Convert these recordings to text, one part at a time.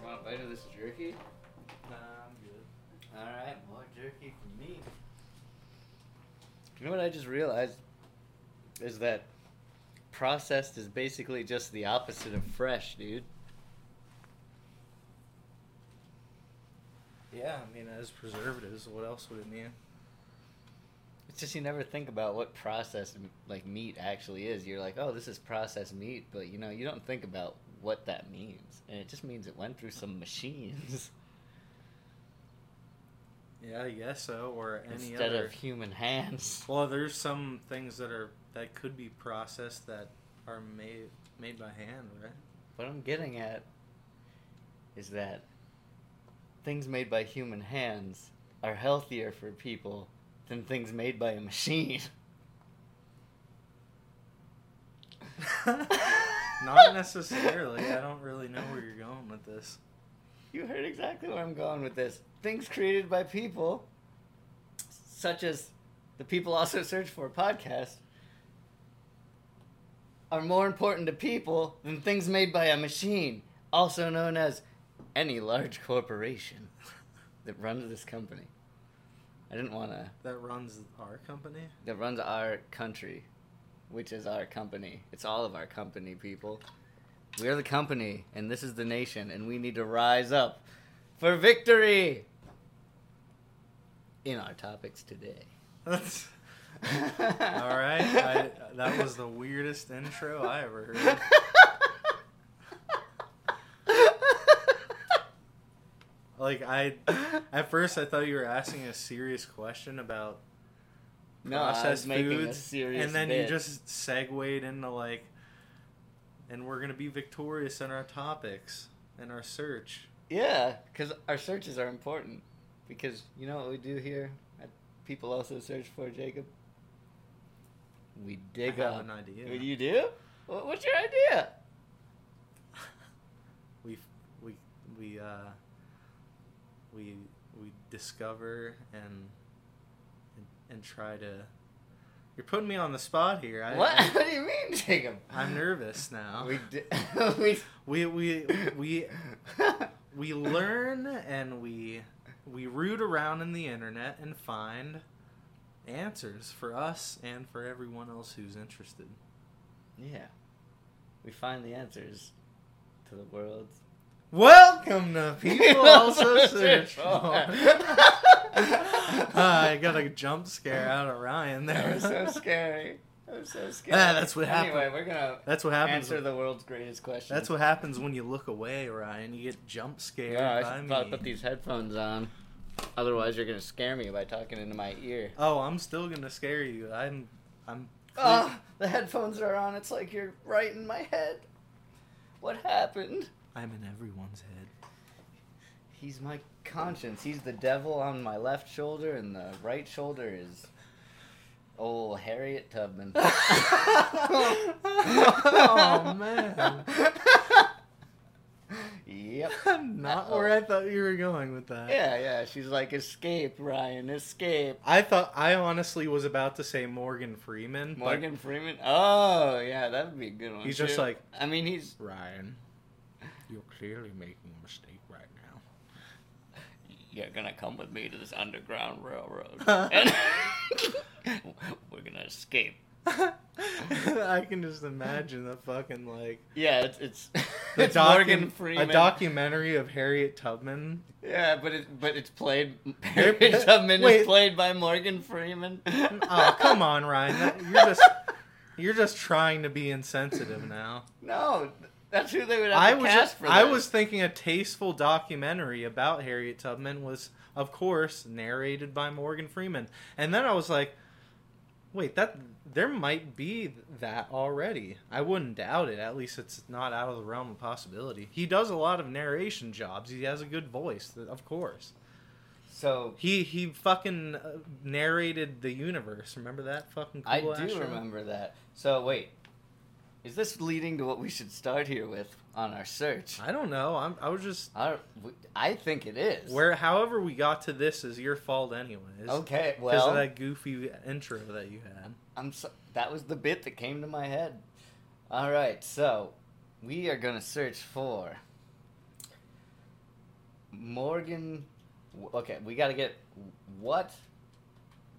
You want a bite of this jerky? Nah, I'm good. All right, more jerky. For me, You know what I just realized is that processed is basically just the opposite of fresh, dude. yeah, I mean, as preservatives, what else would it mean? It's just you never think about what processed like meat actually is. You're like, oh, this is processed meat, but you know, you don't think about what that means, and it just means it went through some machines Yeah, I guess so. Or any instead other. of human hands. Well, there's some things that are that could be processed that are made made by hand, right? What I'm getting at is that things made by human hands are healthier for people than things made by a machine. Not necessarily. I don't really know where you're going with this. You heard exactly where I'm going with this. Things created by people, such as the People Also Search For podcast, are more important to people than things made by a machine, also known as any large corporation that runs this company. I didn't want to. That runs our company. That runs our country, which is our company. It's all of our company, people. We are the company, and this is the nation, and we need to rise up for victory in our topics today. That's all right. I, that was the weirdest intro I ever heard. Like I, at first I thought you were asking a serious question about no, I was processed making a foods, serious and then bit. you just segued into like, and we're gonna be victorious in our topics and our search. Yeah, because our searches are important. Because you know what we do here? At People also search for Jacob. We dig I have up. an idea. Well, You do? What- What's your idea? We we we uh, we we discover and and, and try to. You're putting me on the spot here. I, what? I, what do you mean, Jacob? I'm nervous now. We di- we we we we we learn and we we root around in the internet and find answers for us and for everyone else who's interested. yeah, we find the answers to the world. Welcome to people also search Oh. for. I got a jump scare out of Ryan That there. was so scary. That was so scary. Ah, that's what happened. Anyway, we're gonna That's what happens. answer the world's greatest question. That's what happens when you look away, Ryan. You get jump scared Yeah, I by should me. probably put these headphones on. Otherwise, you're gonna scare me by talking into my ear. Oh, I'm still gonna scare you. I'm, I'm. Oh, the headphones are on. It's like you're right in my head. What happened? I'm in everyone's head. He's my conscience. He's the devil on my left shoulder, and the right shoulder is old Harriet Tubman. oh man. Yep. Not Uh-oh. where I thought you were going with that. Yeah, yeah. She's like, escape, Ryan, escape. I thought I honestly was about to say Morgan Freeman. Morgan Freeman. Oh, yeah, that would be a good one. He's just too. like- I mean, he's But Ryan, you're clearly making a mistake right now. you're gonna come with me to this underground railroad, and we're gonna escape. I can just imagine the fucking like Yeah, it's it's, the it's docu- Morgan Freeman. a documentary of Harriet Tubman. yeah, but it but it's played. They're- Tubman is Wait. played by Morgan Freeman. Oh come on, Ryan, that, you're just you're just trying to be insensitive now. no. That's who they would have I to was cast for. I this. was thinking a tasteful documentary about Harriet Tubman was of course narrated by Morgan Freeman. And then I was like wait, that there might be that already. I wouldn't doubt it. At least it's not out of the realm of possibility. He does a lot of narration jobs. He has a good voice, th- of course. so. He he fucking uh, narrated the universe. Remember that fucking cool I ass do show? remember that. So wait, is this leading to what we should start here with on our search? I don't know. I'm, I was just I, I think it is. where however we got to this is your fault anyways. Okay, Because well, of that goofy intro that you had. I'm so, that was the bit that came to my head. All right, so we are going to search for Morgan. Okay, we got to get what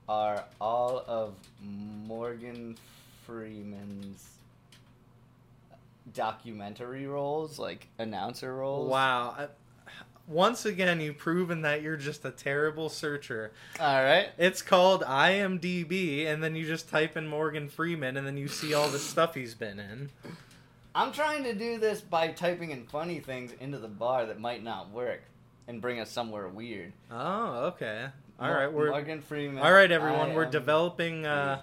are all of Morgan Freeman's documentary roles, like announcer roles? Wow. I, once again, you've proven that you're just a terrible searcher. All right. It's called IMDb, and then you just type in Morgan Freeman, and then you see all the stuff he's been in. I'm trying to do this by typing in funny things into the bar that might not work and bring us somewhere weird. Oh, okay. All Mor- right, we're Morgan Freeman. all right, everyone. I we're am- developing. Uh,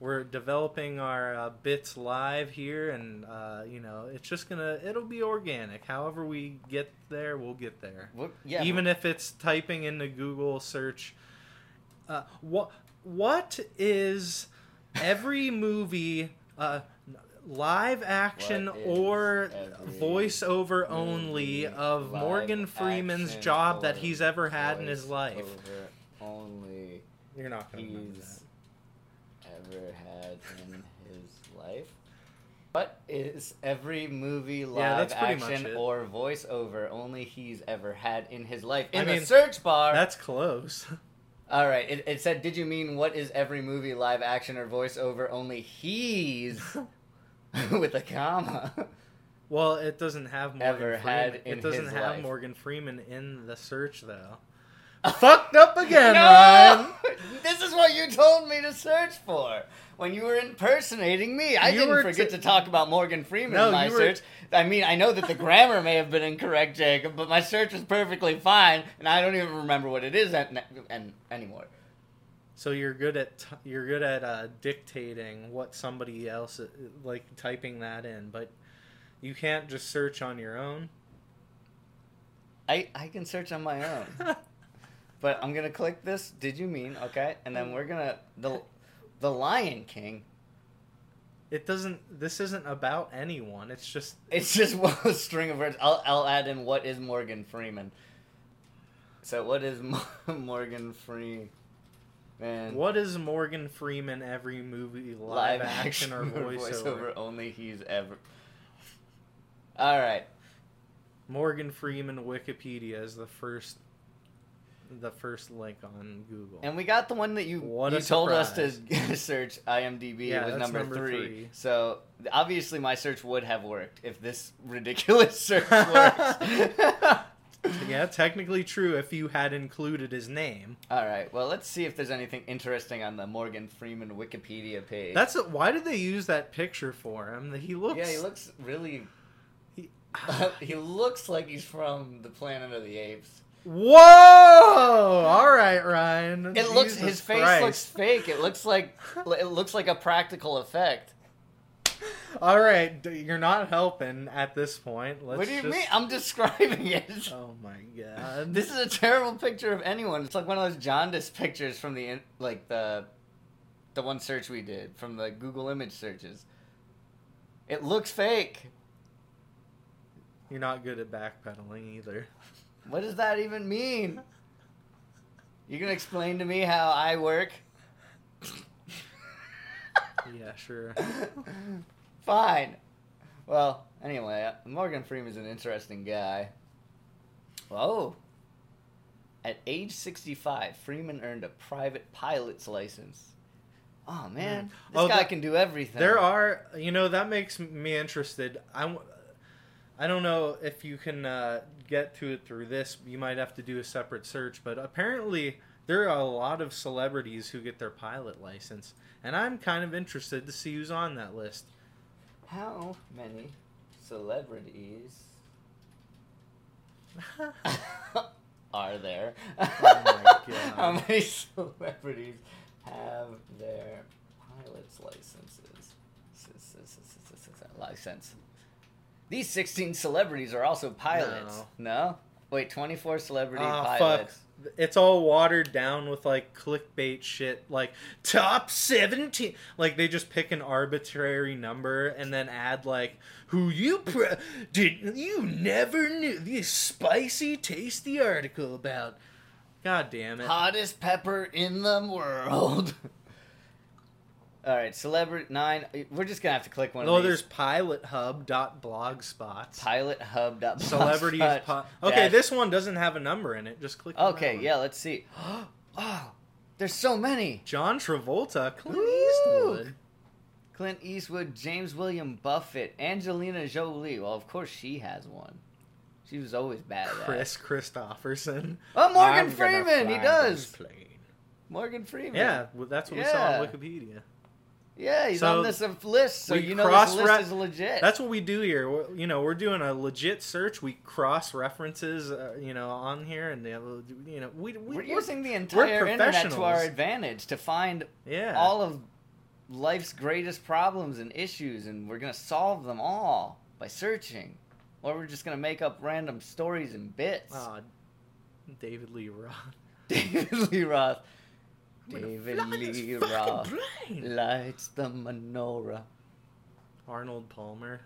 we're developing our uh, bits live here, and uh, you know, it's just gonna. It'll be organic. However, we get there, we'll get there. What- yeah, Even if it's typing in the Google search, uh, what what is every movie uh, live action What is or every voiceover only movie of live Morgan Freeman's action job that or he's ever had in his voiceover life? Only You're not gonna remember that. he's ever had in his life. What is every movie live that's pretty much action it. or voiceover only he's ever had in his life in I the mean, search bar? That's close. All right. It, it said, "Did you mean what is every movie live action or voiceover only he's with a comma?" Well, it doesn't have Morgan Ever Freeman. had in it doesn't his have life. Morgan Freeman in the search though. Fucked up again, Ryan. This is what you told me to search for when you were impersonating me. I You didn't were forget t- to talk about Morgan Freeman No, in my you were- search. I mean, I know that the grammar may have been incorrect, Jacob, but my search was perfectly fine, and I don't even remember what it is and, and anymore. So you're good at t- you're good at uh, dictating what somebody else uh, like typing that in, but you can't just search on your own. I, I can search on my own. But I'm gonna click this. Did you mean okay? And then we're gonna the the Lion King. it doesn't. This isn't about anyone. It's just It's just a string of words. I'll I'll add in what is Morgan Freeman. So what is Mo- Morgan Freeman? what is Morgan Freeman every movie live, action, or voiceover? only he's ever. All right. Morgan Freeman Wikipedia is the first the first link on Google. And we got the one that you What you a told us to search IMDb. Yeah, it was that's number, number three. three. So obviously my search would have worked if this ridiculous search works. yeah, technically true if you had included his name. All right. Well, let's see if there's anything interesting on the Morgan Freeman Wikipedia page. That's why did they use that picture for him? He looks yeah. He looks really. He- he looks like he's from the Planet of the Apes. Whoa! All right, Ryan. It looks. Jesus His face Christ. looks fake. It looks like. It looks like a practical effect. All right, d- you're not helping at this point. Let's what do you just- mean? I'm describing it. Oh my god. This is a terrible picture of anyone. It's like one of those jaundice pictures from the in- like the the one search we did from the Google image searches. It looks fake. You're not good at backpedaling either. What does that even mean? You gonna explain to me how I work? Yeah, sure. Fine. Well, anyway, uh, Morgan Freeman's an interesting guy. Oh. At age 65, Freeman earned a private pilot's license. Oh, man. This Oh, guy there- can do everything. There are, you know, that makes me interested. I, w- I don't know if you can uh, get to it through this. You might have to do a separate search, but apparently there are a lot of celebrities who get their pilot license, and I'm kind of interested to see who's on that list. How many celebrities are there? Oh my God. How many celebrities have their pilot's licenses? S- s- s- s- s- s- License. These 16 celebrities are also pilots. No? Wait, 24 celebrity Ah, pilots. It's all watered down with like clickbait shit, like top 17. Like they just pick an arbitrary number and then add like who you pre- did you never knew this spicy tasty article about. God damn it. Hottest pepper in the world. All right, celebrity nine. We're just gonna have to click one oh, of these. there's pilothub.blogspot. pilothub. Celebrities. Po- okay, this one doesn't have a number in it. Just click. on that Okay, one. yeah. Let's see. oh, there's so many. John Travolta, Clint Woo! Eastwood. Clint Eastwood, James William Buffett, Angelina Jolie. Well, of course she has one. She was always bad at that. Chris Christopherson. Oh, Morgan I'm gonna Freeman. He fly does. this plane. Morgan Freeman. Yeah, well, that's what we saw on Yeah. Wikipedia. Yeah, he's So on this uh, list, so we you know cross this list re- is legit. That's what we do here. We're, you know, we're doing a legit search. We cross references, uh, you know, on here, and they have a- you know, we, we we're we're- using the entire internet to our professionals. advantage to find yeah. all of life's greatest problems and issues, and we're gonna solve them all by searching, or we're just gonna make up random stories and bits. Ah, David Lee Roth. David Lee Roth. I'm gonna David fly this Lee fucking Roth plane. lights the menorah. Arnold Palmer,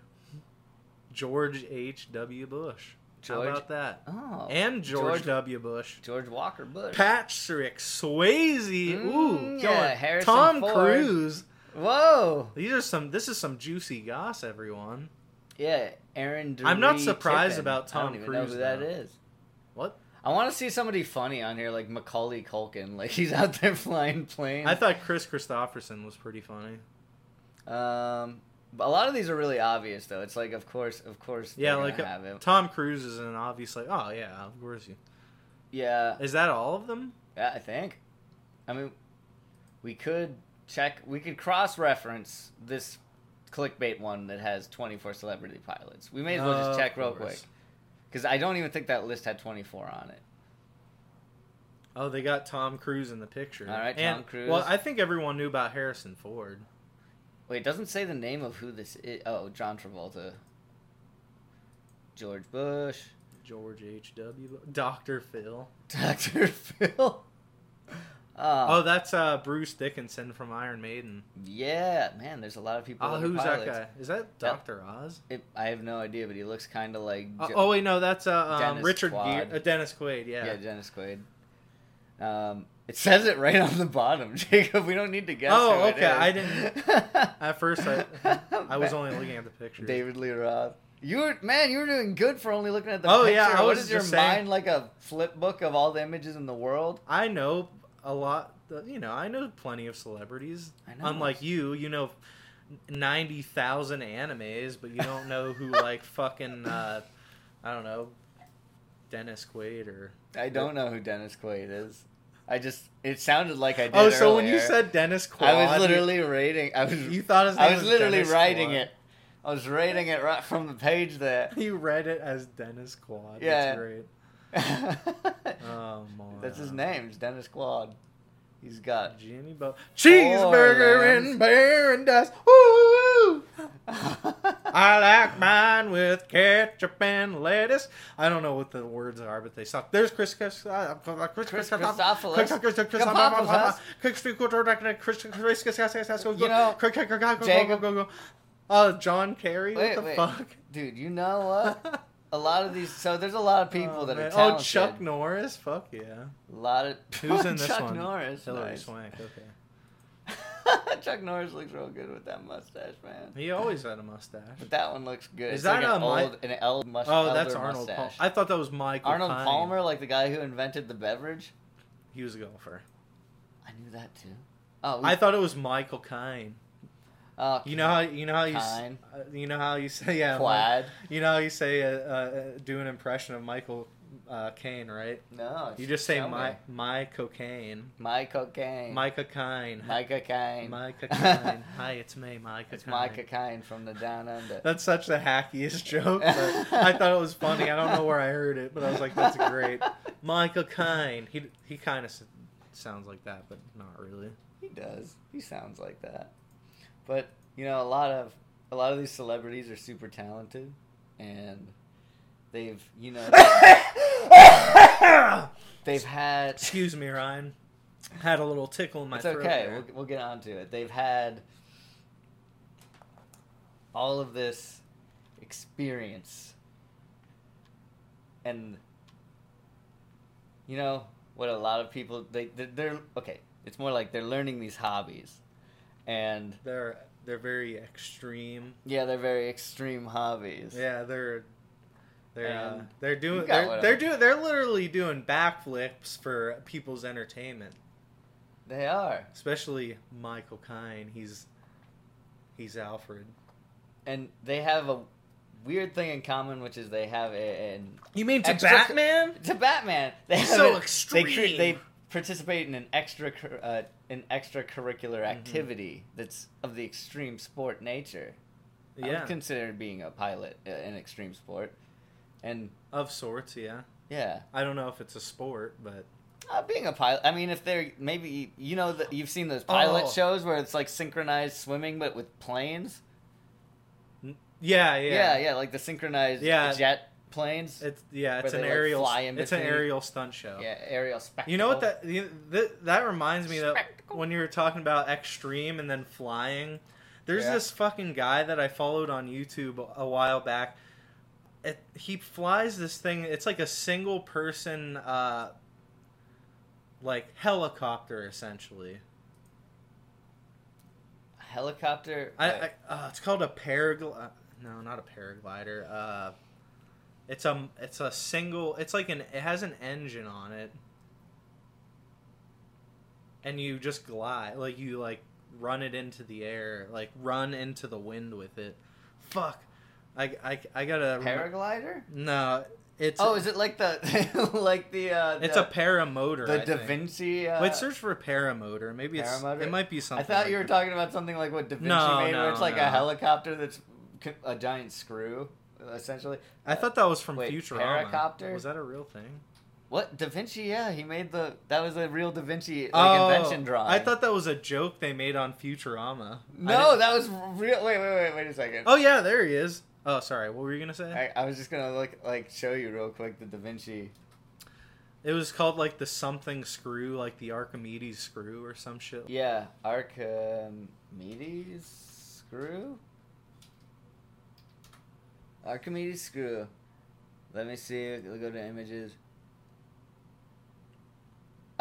George H. W. Bush. George- How about that? Oh, And George, George- W. Bush. George Walker Bush. Patrick Swayze. Mm, Ooh, yeah, going- Harrison Tom Ford. Cruise. Whoa. These are some. This is some juicy goss, everyone. Yeah, Aaron. Dury I'm not surprised Tippin. about Tom I don't even know Cruise, who that though. is. What? I want to see somebody funny on here, like Macaulay Culkin. Like he's out there flying planes. I thought Chris Christopherson was pretty funny. Um, but a lot of these are really obvious, though. It's like, of course, of course, Yeah, they're like uh, gonna have it. Tom Cruise is an obvious like. Oh yeah, of course you. Yeah, Is that all of them? yeah, I think. I mean, we could check. We could cross-reference this clickbait one that has 24 celebrity pilots. We may as well Of just check real course. quick because I don't even think that list had 24 on it. Oh, they got Tom Cruise in the picture. All right, And- Tom Cruise. Well, I think everyone knew about Harrison Ford. Wait, it doesn't say the name of who this is. Oh, John Travolta, George Bush, George H. W. Doctor Phil. Dr. Phil. Oh, Oh, that's uh, Bruce Dickinson from Iron Maiden. yeah, man. There's a lot of people. Oh, that are who's pilots. that guy? Is that Doctor Oz? It, I have no idea, but he looks kind of like Uh, Jo- oh wait, no, that's uh, um, Dennis Richard Gere, Quaid. uh, Dennis Quaid. yeah. Yeah. Dennis Quaid. Um, it says it right on the bottom, Jacob. We don't need to guess. Oh, who it okay, is. I didn't- At first, I, I was Man, only looking at the picture. David Lee Roth. You were man, you were doing good for only looking at the Oh, picture. yeah, I What was is your just saying- mind like a flip book of all the images in the world? I know a lot. uh, You know, I know plenty of celebrities. I know. Unlike you, you know ninety thousand animes, but you don't know who like fucking uh, I don't know Dennis Quaid or. I don't know who Dennis Quaid is. I just it sounded like I did. Oh, so when you earlier. said Dennis Quaid, I was literally rating. I was you, you thought his name I was literally Dennis writing Quaid. it. I was rating it right from the page there. You read it as Dennis Quad. Yeah. That's great. Oh, moron. That's his name. It's Dennis Quad. He's got. Jimmy Bo Cheeseburger Orleans. in paradise. Woo! I I like mine with ketchup and lettuce. I don't know what the words are, but they suck. There's Chris Chris uh, Chris Chris Chris Christopoulos. You know, Jacob- Chris uh, John Kerry, Wait, what the wait. fuck? Dude, you know what? A lot of these. So there's a lot of people Oh, that are man. talented. Oh, Chuck Norris, fuck yeah. A lot of. Who's in this Chuck one? Norris. Hillary nice. Swank, okay. Chuck Norris looks real good with that mustache, man. He always had a mustache. But that one looks good. Is It's that like an a mi- old, an old mus- Oh, that's elder Arnold. Pal- mustache? I thought that was Michael. Arnold Pine. Palmer, like the guy who invented the beverage. He was a golfer. I knew that too. Oh, I thought it was Michael Kine. uh, You know how you know how you s- Kine. uh, you know how you say yeah. Mike- Quad. you know how you say uh, uh, do an impression of Michael uh, Kane, right? No, You just say Oh, tell my me. my cocaine, my cocaine, Micah Kine, my cocaine, my cocaine. Hi, it's me, Micah. it's my Kine. cocaine from the down under. That's such the hackiest joke. But I thought it was funny. I don't know where I heard it, but I was like, that's great. Michael Kine. He he kind of sounds like that, but not really. He does. He sounds like that. But you know, a lot of a lot of these celebrities are super talented, and they've you know they've had Excuse me, Ryan. Had a little tickle in my it's throat. okay. there. We'll, we'll get on to it. They've had all of this experience. And you know what a lot of people they they're, they're okay, it's more like they're learning these hobbies. and They're they're very extreme. yeah, they're very extreme hobbies. Yeah, they're they're uh, And they're doing you got what they're, I'm- they're doing they're literally doing backflips for people's entertainment. They are. Especially Michael Kine. He's he's Alfred. And they have a weird thing in common, which is they have a, an You mean to Extra- Batman? to Batman. They have So a- extreme. They, cre- they participate in an extra cur- uh, an extracurricular Mm-hmm. activity that's of the extreme sport nature. I Yeah, would consider being a pilot uh, an extreme sport, and of sorts. Yeah, yeah, I don't know if it's a sport, but uh, being a pilot. I mean, if they're maybe you know that you've seen those pilot Oh. shows where it's like synchronized swimming but with planes. yeah, yeah, Yeah, yeah, like the synchronized Yeah. jet planes. It's yeah, it's Where an they, like, aerial. fly in it's an between. aerial stunt show. yeah, aerial spectacle. You know what that you- th- that reminds me that Spectacle. when you were talking about extreme and then flying, there's Yeah. this fucking guy that I followed on YouTube a while back. It, he flies this thing. It's like a single person, uh, like helicopter essentially. helicopter? I, Wait, I uh, it's called a paraglider. No, not a paraglider. Uh, it's a it's a single. It's like an it has an engine on it, and you just glide like you like run it into the air, like run into the wind with it. Fuck, I I, I gotta. remem- paraglider. no, it's Oh, is it like the like the uh it's the, a paramotor. the I Da think. Vinci? Uh, Wait, search for paramotor. Maybe it's Paramotor? it might be I something. thought like you were that. talking about something like what Da Vinci No, made, no, where it's like no. a helicopter that's c- a giant screw, essentially. I thought that was from Wait, Futurama. paracopter? Was that a real thing? What Da Vinci? Yeah, he made the that was a real Da Vinci like Oh, invention drawing. I thought that was a joke they made on Futurama. I no, didn't- that was real. Wait, wait, wait, wait a second. Oh yeah, there he is. Oh, sorry. What were you gonna say? I, I was just gonna look like show you real quick the Da Vinci. It was called like the something screw, like the Archimedes screw or some shit. Yeah, Archimedes screw. Archimedes screw. Let me see. I'll go to images.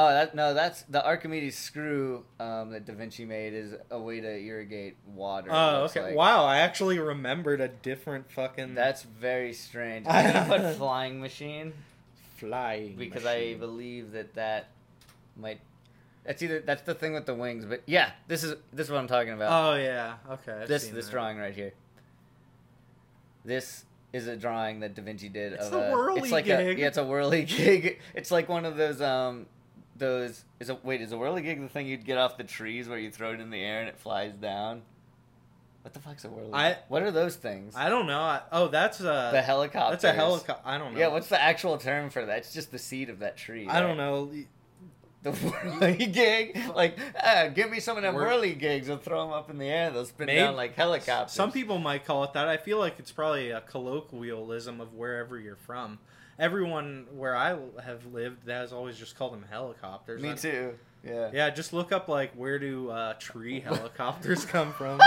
Oh that, no, that's the Archimedes screw um, that Da Vinci made is a way to irrigate water. it Oh, looks okay. like. Wow, I actually remembered a different fucking That's very strange. I'm gonna put flying machine flying because I machine. believe that that might. That's either that's the thing with the wings, but yeah, this is this is what I'm talking about. Oh yeah. Okay. I've this seen this that. drawing right here. This is a drawing that Da Vinci did. It's of the a, whirly it's like gig. A, yeah, it's a whirly gig. It's like one of those um those is a wait is a whirly gig the thing you'd get off the trees where you throw it in the air and it flies down. What the fuck's a whirly? I- gig? what are those things? I don't know. I, oh, that's a the helicopter. that's a helicopter. I don't know. Yeah, what's the actual term for that? It's just the seed of that tree. I don't right? know. The whirly gig, like ah, give me some of them Whir- whirly gigs and throw them up in the air. They'll spin Maybe- down like helicopters. Some people might call it that. I feel like it's probably a colloquialism of wherever you're from. Everyone where I have lived that has always just called them helicopters. Me I'm- too. Yeah. Yeah, just look up like where do uh, tree helicopters come from?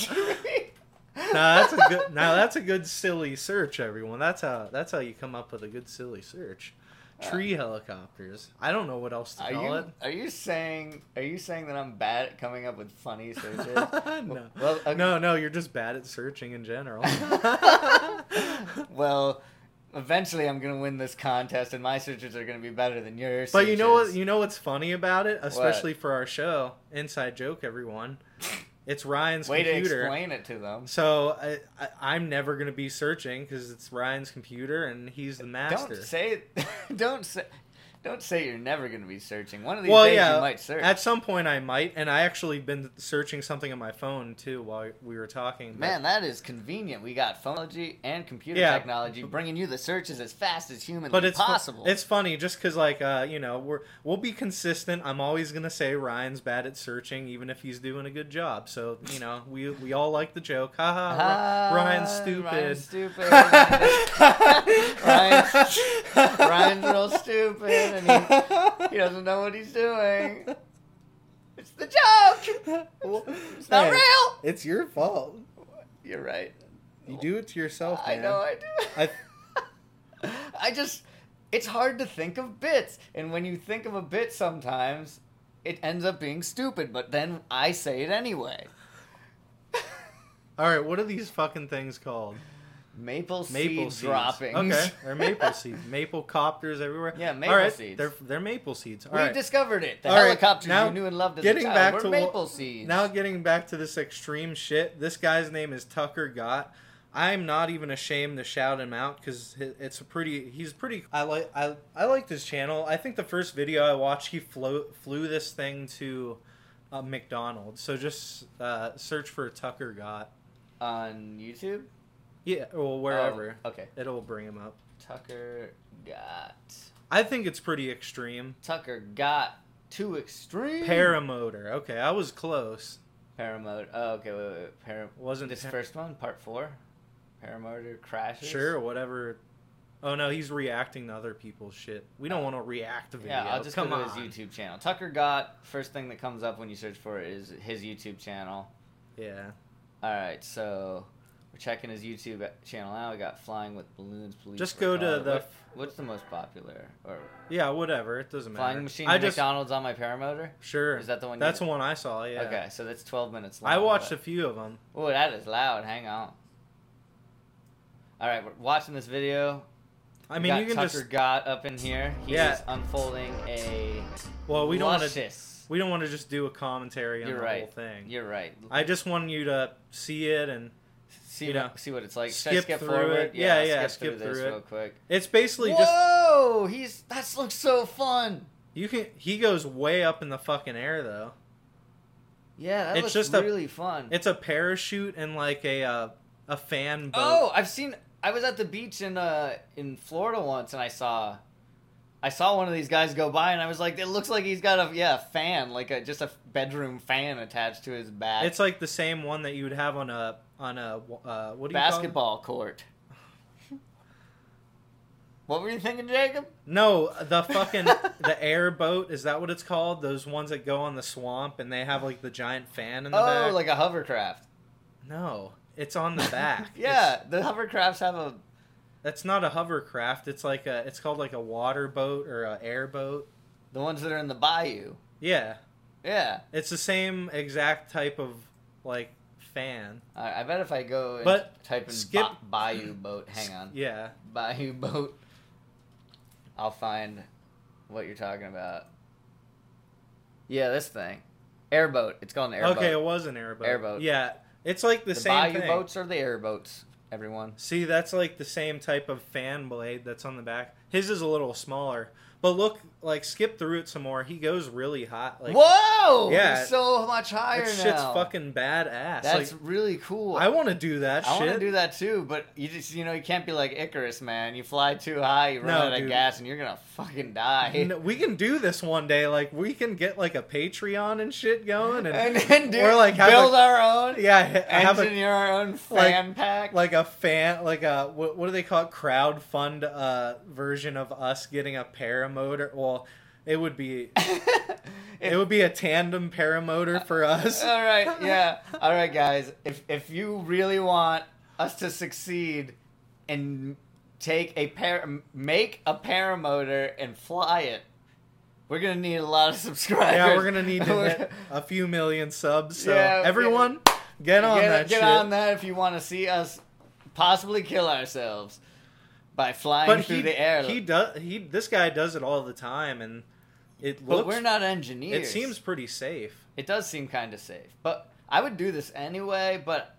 No, that's a good. Now that's a good silly search, everyone. That's how that's how you come up with a good silly search. Tree helicopters. I don't know what else to Uh, Are call you it. are you saying are you saying that I'm bad at coming up with funny searches? no. Well, okay. no, no, you're just bad at searching in general. well, eventually I'm gonna win this contest, and my searches are gonna be better than yours. But you know what? You know what's funny about it, especially for our show, inside joke, everyone. It's Ryan's way to computer. explain it to them. So I, I, I'm never gonna be searching because it's Ryan's computer and he's the master. Don't say don't say don't say you're never gonna be searching. One of these well, days yeah. you might search. At some point, I might, and I actually been searching something on my phone too while we were talking. but- Man, that is convenient. We got phonology and computer Yeah. technology bringing you the searches as fast as humanly but it's fu- possible. it's funny just because like uh, you know we're we'll be consistent. I'm always gonna say Ryan's bad at searching, even if he's doing a good job. So you know we we all like the joke. Ha ha. Ry- Ah, Ryan's stupid. Ryan's stupid. Ryan's, Ryan's real stupid, and he, he doesn't know what he's doing. It's the joke. It's not Hey, real. It's your fault. You're right. You do it to yourself. I Man. know I do. I, just, it's hard to think of bits, and when you think of a bit, sometimes it ends up being stupid, but then I say it anyway. All right, what are these fucking things called? Maple, Maple seed seeds. droppings. Okay, they're maple seeds. Maple copters everywhere. Yeah, All maple right, seeds. They're they're maple seeds. All we right. discovered it. The All right, helicopters now, you knew and loved as getting a child back were to wha- maple seeds. Now getting back to this extreme shit. This guy's name is Tucker Gott. I'm not even ashamed to shout him out because it's a pretty. He's pretty. I like. I I liked his channel. I think the first video I watched, he flew flew this thing to uh, McDonald's. So just uh, search for Tucker Gott. on YouTube, Yeah, well wherever Oh, okay, it'll bring him up. Tucker got I think it's pretty extreme. Tucker got too extreme. Paramotor. Okay, I was close. Paramode. Oh, okay, wait, wait, wait. Para- Wasn't this pa- first one part four? Paramotor crashes. Sure, whatever. Oh no, he's reacting to other people's shit. We don't want to react to video. Oh. Yeah, I'll just Come go to on. his YouTube channel. Tucker got first thing that comes up when you search for it is his YouTube channel. Yeah, All right, so we're checking his YouTube channel out. We got flying with balloons. Police. Just go to Recall. the- What- what's the most popular or yeah, whatever. It doesn't matter. flying machine? I at just McDonald's on my paramotor. sure. Is that the one? That's the you... one I saw. Yeah. Okay, so that's twelve minutes. long. I watched but- a few of them. Oh, that is loud. Hang on. All right, we're watching this video. I We mean, got you can Tucker just. got up in here. He's Yeah. unfolding a Well, we don't want to. luscious. We don't want to just do a commentary on You're the right. whole thing. You're right. I just want you to see it, and see you what- know, see what it's like. Should I skip skip through forward? it. Yeah, yeah, Skip, skip through, through this it. real quick. it's basically just Whoa! He's that looks so fun. you can. He goes way up in the fucking air though. Yeah, that It's looks just a- really fun. It's a parachute and like a uh, a fan boat. oh, I've seen. I was at the beach in uh in Florida once, and I saw, I saw one of these guys go by, and I was like, it looks like he's got a yeah a fan, like a just a bedroom fan attached to his back. It's like the same one that you would have on a on a uh, what do you Call basketball court. what were you thinking, Jacob? it? No, the fucking the air boat is that what it's called? Those ones that go on the swamp and they have like the giant fan in the Oh, back. like a hovercraft. no, it's on the back. yeah, It's- the hovercrafts have a that's not a hovercraft. It's like a it's called like a water boat or a air boat. the ones that are in the bayou. Yeah, Yeah. it's the same exact type of like fan. I I bet if I go and But type in skip- ba- bayou boat, hang on, Yeah, bayou boat, I'll find what you're talking about. Yeah, this thing, airboat. It's called an airboat. okay, it was an airboat. Airboat. Yeah, it's like the, the same bayou thing. boats are the airboats. Everyone. See, that's like the same type of fan blade that's on the back. His is a little smaller, but look, like skip through it some more. He goes really hot. Like Whoa! Yeah. You're so much higher that now. shit's fucking badass. That's like really cool. I want to do that I want to shit. do that too, but you just you know you can't be like Icarus, man. You fly too high, you run No, out of dude. gas, and you're gonna fucking die. N- we can do this one day. Like we can get like a Patreon and shit going, and, and then do, or like have build a, our own, yeah, ha- have a engineer our own like- fan pack. like a fan like a what, what do they call it crowd fund uh version of us getting a paramotor. Well, it would be it would be a tandem paramotor for us. all right, yeah, all right, guys. If if you really want us to succeed and take a pair, make a paramotor and fly it, we're gonna need a lot of subscribers. Yeah, we're gonna need to We're- hit a few million subs. So Yeah, everyone, get on get, that get shit. on that if you want to see us possibly kill ourselves by flying but through he, the air. he does. He this guy does it all the time, and it but looks. we're not it engineers. seems pretty safe. It does seem kind of safe, but I would do this anyway. But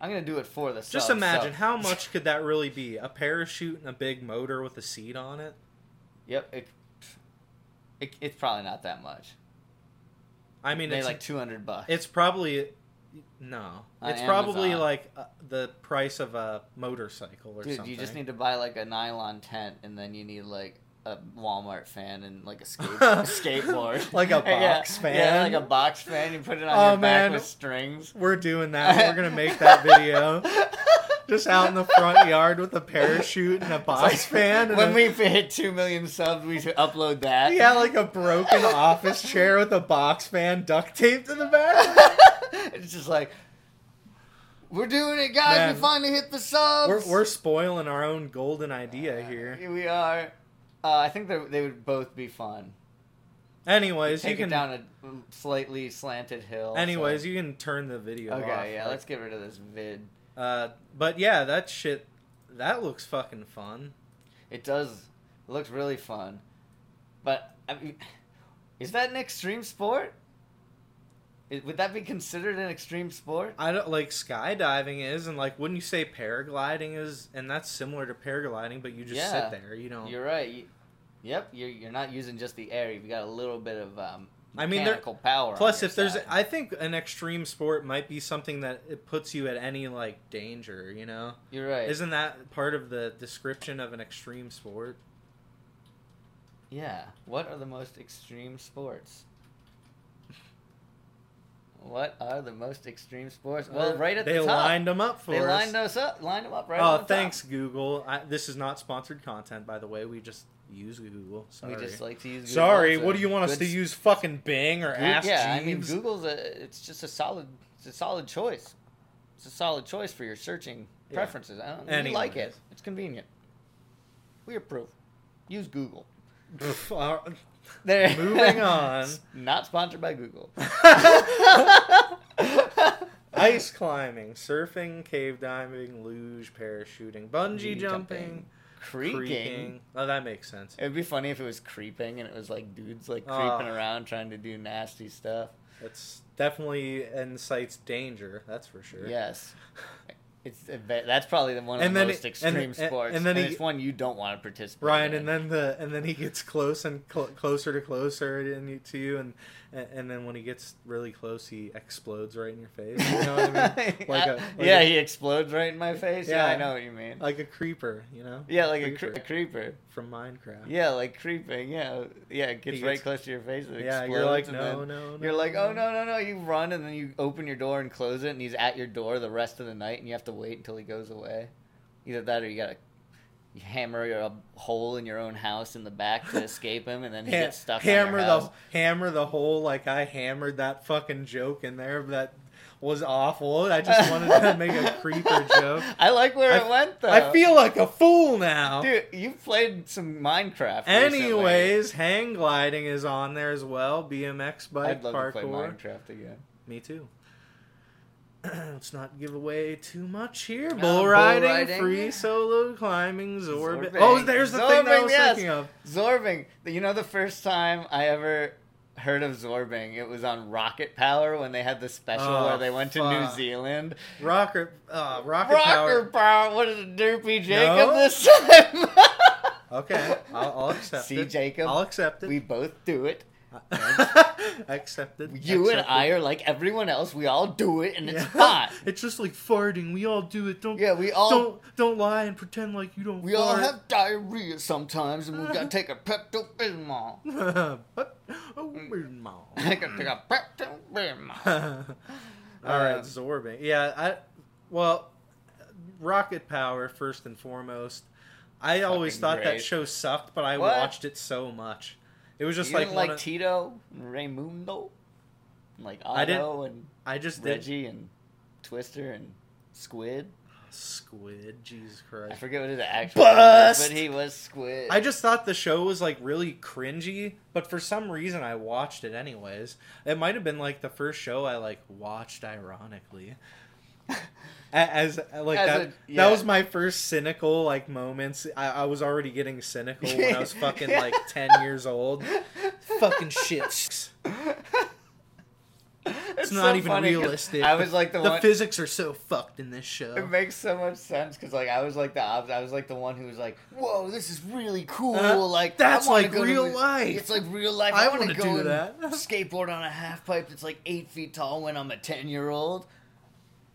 I'm gonna do it for the Just sub, imagine so- how much could that really be? A parachute and a big motor with a seat on it. Yep, it, it, it's probably not that much. I mean, Maybe it's like 200 bucks. it's probably no. On it's probably Amazon. like uh, the price of a motorcycle or Dude, something. you just need to buy like a nylon tent, and then you need like a Walmart fan and like a, skate- a skateboard, Like a Yeah, box Yeah, fan. like a box fan. You put it on Oh, your back man. with strings. We're doing that. We're gonna make that video. Just out in the front yard with a parachute and a It's box like, fan. And When a- we hit two million subs, we should upload that. Yeah, like a broken office chair with a box fan duct taped to the back. it's just like we're doing it, guys. Man. we finally hit the subs. We're, we're spoiling our own golden idea here. we are. Uh, I think they they would both be fun. Anyways, Take you can. it down a slightly slanted hill. anyways, so- you can turn the video off. okay, yeah, like- let's get rid of this vid. Uh, but yeah, that shit, that looks fucking fun. It does. It looks really fun, but I mean, is that an extreme sport? It, would that be considered an extreme sport? I don't like skydiving is, and like, wouldn't you say paragliding is? And that's similar to paragliding, but you just Yeah. sit there. You don't. You're right. You, yep, you're, you're not using just the air. You've got a little bit of um, I mean, there- mechanical power. on Plus, your if there's, side. I think an extreme sport might be something that it puts you at any like danger. You know, you're right. isn't that part of the description of an extreme sport? Yeah. What are the most extreme sports? What are the most extreme sports? Well, Uh, right at they the top. lined them up for they us. lined us up. Lined them up right. oh, on the top. thanks, Google. I, this is not sponsored content, by the way. We just use Google. Sorry. We just like to use. Google Sorry. as a What do you want us good to use? Fucking Bing or Goo- Ask yeah, I mean Jeeves? Google's a it's just a solid it's a solid choice. It's a solid choice for your searching Yeah. preferences. I don't we like it. Anyways. It's convenient. We approve. Use Google. Pff, all- uh, There. Moving on. Not sponsored by Google. Ice climbing, surfing, cave diving, luge, parachuting, bungee Bungee jumping, jumping, creaking. Oh, that makes sense. It'd be funny if it was creeping and it was like dudes like creeping Oh. around trying to do nasty stuff. That's definitely incites danger. That's for sure. Yes. It's that's probably the one of And the then most it- extreme and- and- sports, and and, then he- it's one you don't want to participate. Ryan, in. and then the and then he gets close and cl- closer to closer and you, to you, and and and then when he gets really close, he explodes right in your face. You know what I mean? Like a like yeah, a, he explodes right in my face. Yeah, Yeah. I know what you mean. like a creeper. You know? yeah, like a, cre- a creeper. from Minecraft. Yeah, like creeping. Yeah, yeah, it gets, He right gets- close to your face. It Yeah, explodes, you're like and no, then no, no. You're like, oh no, no, no! You run and then you open your door and close it, and he's at your door the rest of the night, and you have to wait until he goes away. Either that, or you gotta you hammer a hole in your own house in the back to escape him, and then he Ha- gets stuck. hammer on your the house. hammer the hole like I hammered that fucking joke in there that was awful. I just wanted to make a creeper joke. I like where I- it went though. I feel like a fool now. dude, you played some Minecraft. recently. Anyways, hang gliding is on there as well. BMX bike I'd love to parkour. play Minecraft again. Me too. Let's not give away too much here. Uh, Bull, bull riding, riding. free solo climbing, zorbit. Zorbing. Oh, there's the thing that I Zorbing, was yes. thinking of. Zorbing. You know, the first time I ever heard of Zorbing, it was on Rocket Power when they had the special Oh, where they went to New fuck. Zealer. Rocker, uh, rocket power. Rocker Power. What is it, Derpy Jacob No. this time? Okay, I'll, I'll accept See, it. Jacob? I'll accept it. we both do it. accepted. You and accepted. I are like everyone else. We all do it, and it's Yeah. hot. It's just like farting. We all do it. Don't Yeah, we all don't don't lie and pretend like you don't. we all fart. have diarrhea sometimes, and we gotta take a Pepto Bismol. But- oh, we're small. Mm. I gotta take a Pepto Bismol. all right, Um, Zorbing. Yeah, I well, rocket power first and foremost. I always Fucking thought that great. show sucked, but I What? watched it so much. It was just you like, didn't one like of- Tito and Raimundo, and like I didn't- Otto and I just did Reggie and Twister and Squid. squid. Jesus Christ. I forget what his actual name is, Bust! but he was Squid. I just thought the show was like really cringy, but for some reason I watched it anyways. It might have been like the first show I like watched ironically. A- As like As that, a- yeah. that was my first cynical like moments. I, I was already getting cynical when I was fucking like ten years old. Fucking shits. it's, not so even funny 'cause realistic. I was like the, The one. physics are so fucked in this it show. makes so much sense because like I was like the opposite. I was like the one who was like, "Whoa, this is really cool! Uh, like that's I wanna like go to real the- life. It's like real life. I I, want wanna to go do and that." skateboard on a half pipe that's like eight feet tall when I'm a ten year old.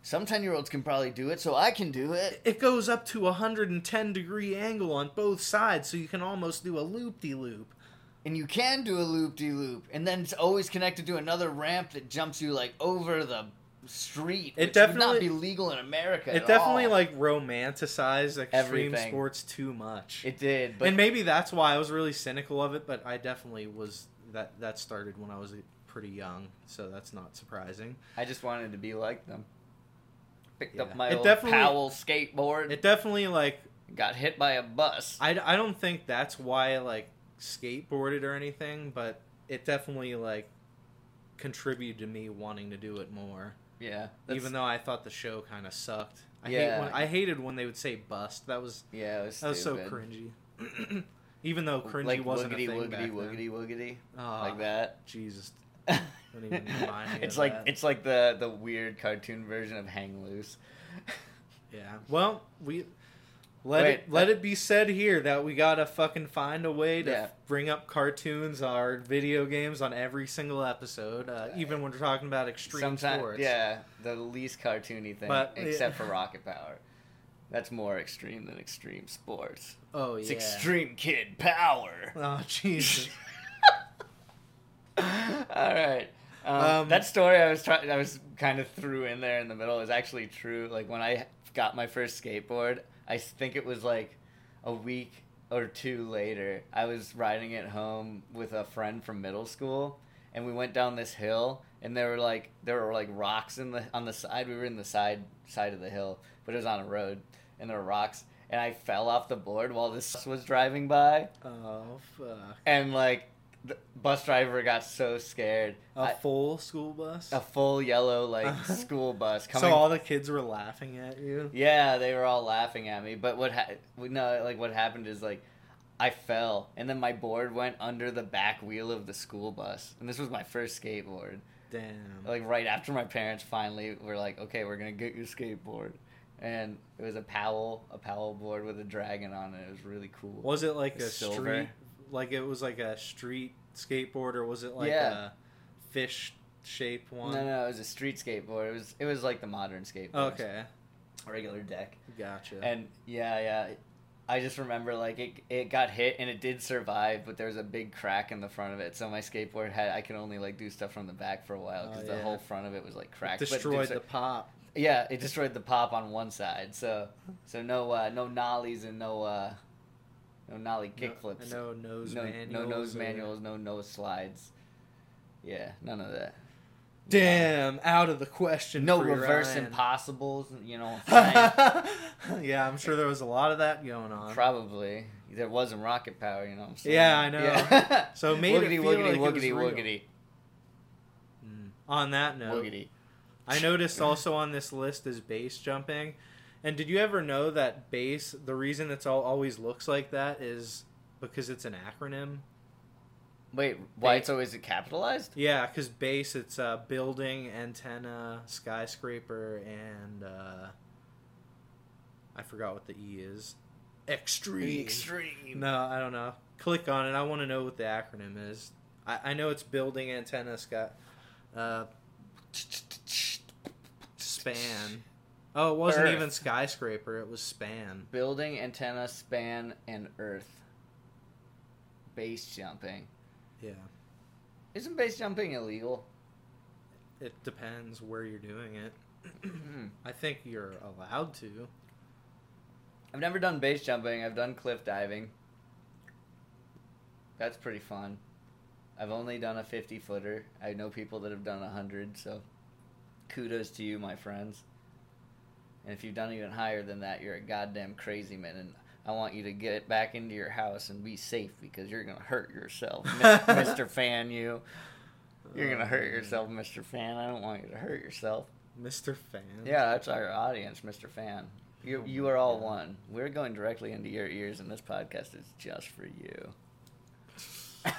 Some ten year olds can probably do it, so I can do it. It goes up to a hundred and ten degree angle on both sides, so you can almost do a loop de loop. and you can do a loop de loop, and then it's always connected to another ramp that jumps you like over the street. It which would definitely- not be legal in America. It at definitely all. like romanticized extreme Everything. sports too much. it did, but and maybe that's why I was really cynical of it, but I definitely was that that started when I was pretty young, so that's not surprising. I just wanted to be like them. Picked Yeah. up my It old definitely- Powell skateboard. It definitely like got hit by a bus. I, I don't think that's why I like skateboarded or anything, but it definitely like contributed to me wanting to do it more. Yeah. Even though I thought the show kind of sucked. I hate Yeah. when I hated when they would say bust. That was Yeah, it was, that was so stupid. cringy. Even though cringy like wasn't woogity, a thing woogity, back then. woogity, woogity, Ah, like that. Jesus. Don't even remind me it's of like that. it's like the the weird cartoon version of Hang Loose. Yeah. Well, we let Wait, it let that- it be said here that we gotta fucking find a way to Yeah. f- bring up cartoons, our video games on every single episode, uh, even when we're talking about extreme Sometime- sports. yeah, the least cartoony thing, But- except for Rocket Power. That's more extreme than extreme sports. Oh It's yeah. extreme kid power. Oh Jesus. All right. Um, Um, that story I was trying, I was kind of threw in there in the middle is actually true. Like when I got my first skateboard, I s- think it was like a week or two later. I was riding it home with a friend from middle school, and we went down this hill, and there were like there were like rocks in the on the side. We were in the side side of the hill, but it was on a road, and there were rocks. And I fell off the board while this was driving by, Oh fuck. and like the bus driver got so scared. A I- full school bus. a full yellow like school bus coming. so all the kids were laughing at you. yeah, they were all laughing at me. But what ha- we- no, like what happened is like I fell and then my board went under the back wheel of the school bus. And this was my first skateboard. Damn. Like right after my parents finally were like, "Okay, we're going to get you a skateboard." And it was a Powell, a Powell board with a dragon on it. It was really cool. was it like a Silver. street? Like it was like a street skateboard, or was it like Yeah. a fish shape one? Oh, No, no, it was a street skateboard. It was it was like the modern skateboard. Okay, A regular deck. gotcha. And yeah, yeah. I just remember like it it got hit and it did survive, but there was a big crack in the front of it. So my skateboard had I could only like do stuff from the back for a while Oh, because yeah. the whole front of it was like cracked. but it did destroyed sur- the pop. yeah, it destroyed the pop on one side. So so no uh, no nollies and no uh, no nollie kickflips. No, no nose no, manuals. no nose or- manuals, no nose slides. Yeah, none of that. Damn, out of the question. No for reverse Ryan. impossibles. You know. what I'm saying? yeah, I'm sure there was a lot of that going on. Probably. There wasn't rocket power, you know what I'm saying? Yeah, I know. Yeah. So it made it feel like it was woogity, real. woogity, Mm. On that note, woogity. I noticed also on this list is base jumping. And did you ever know that base, the reason it's all always looks like that is because it's an acronym? Wait, why They- it's always capitalized? Yeah, because base, it's uh, building, antenna, skyscraper, and uh, I forgot what the E is. Extreme. Extreme. No, I don't know. Click on it. I want to know what the acronym is. I, I know it's building, antenna, sky, uh, span. Oh, it wasn't Earth. even skyscraper. It was span. Building, antenna, span, and earth. Base jumping. Yeah. Isn't base jumping illegal? It depends where you're doing it. Hmm. I think you're allowed to. I've never done base jumping. I've done cliff diving. That's pretty fun. I've only done a 50 footer. I know people that have done 100, so kudos to you, my friends. And if you've done even higher than that, you're a goddamn crazy man. And I want you to get back into your house and be safe because you're going to hurt yourself, Mr. Fan. You. You're going to hurt yourself, Mr. Fan. I don't want you to hurt yourself. Mr. Um, Fan. Yeah, that's our audience, Mr. Fan. You Oh you my are all God. one. We're going directly into your ears, and this podcast is just for you.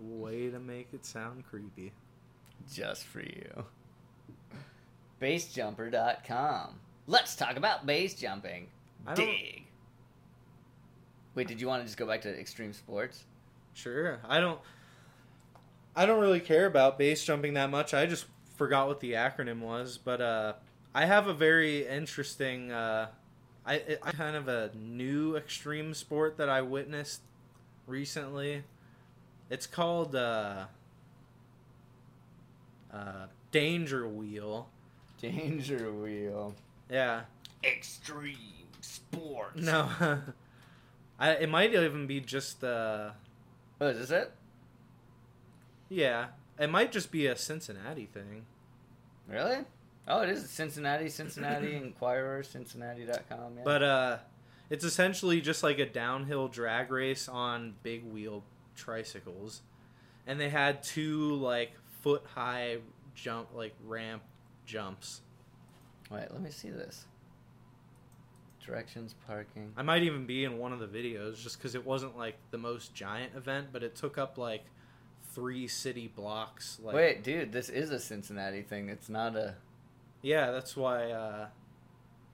Way to make it sound creepy. Just for you. Basejumper.com. Let's talk about base jumping. I don't- Dig. Wait, did you want to just go back to extreme sports? Sure. I don't I don't really care about base jumping that much. I just forgot what the acronym was, but uh I have a very interesting uh I, I- I kind of a new extreme sport that I witnessed recently. It's called uh uh danger wheel. Danger wheel. Yeah. Extreme sports. No. I it might even be just uh Oh, is this it? yeah, it might just be a Cincinnati thing. Really? Oh, it is Cincinnati, Cincinnati Inquirer, Cincinnati.com. Yeah. But uh, it's essentially just like a downhill drag race on big wheel tricycles, and they had two like foot high jump like ramp jumps. Wait, let me see this. Directions, parking. I might even be in one of the videos just because it wasn't like the most giant event, but it took up like three city blocks. Like, Wait, dude, this is a Cincinnati thing. It's not a yeah, that's why uh,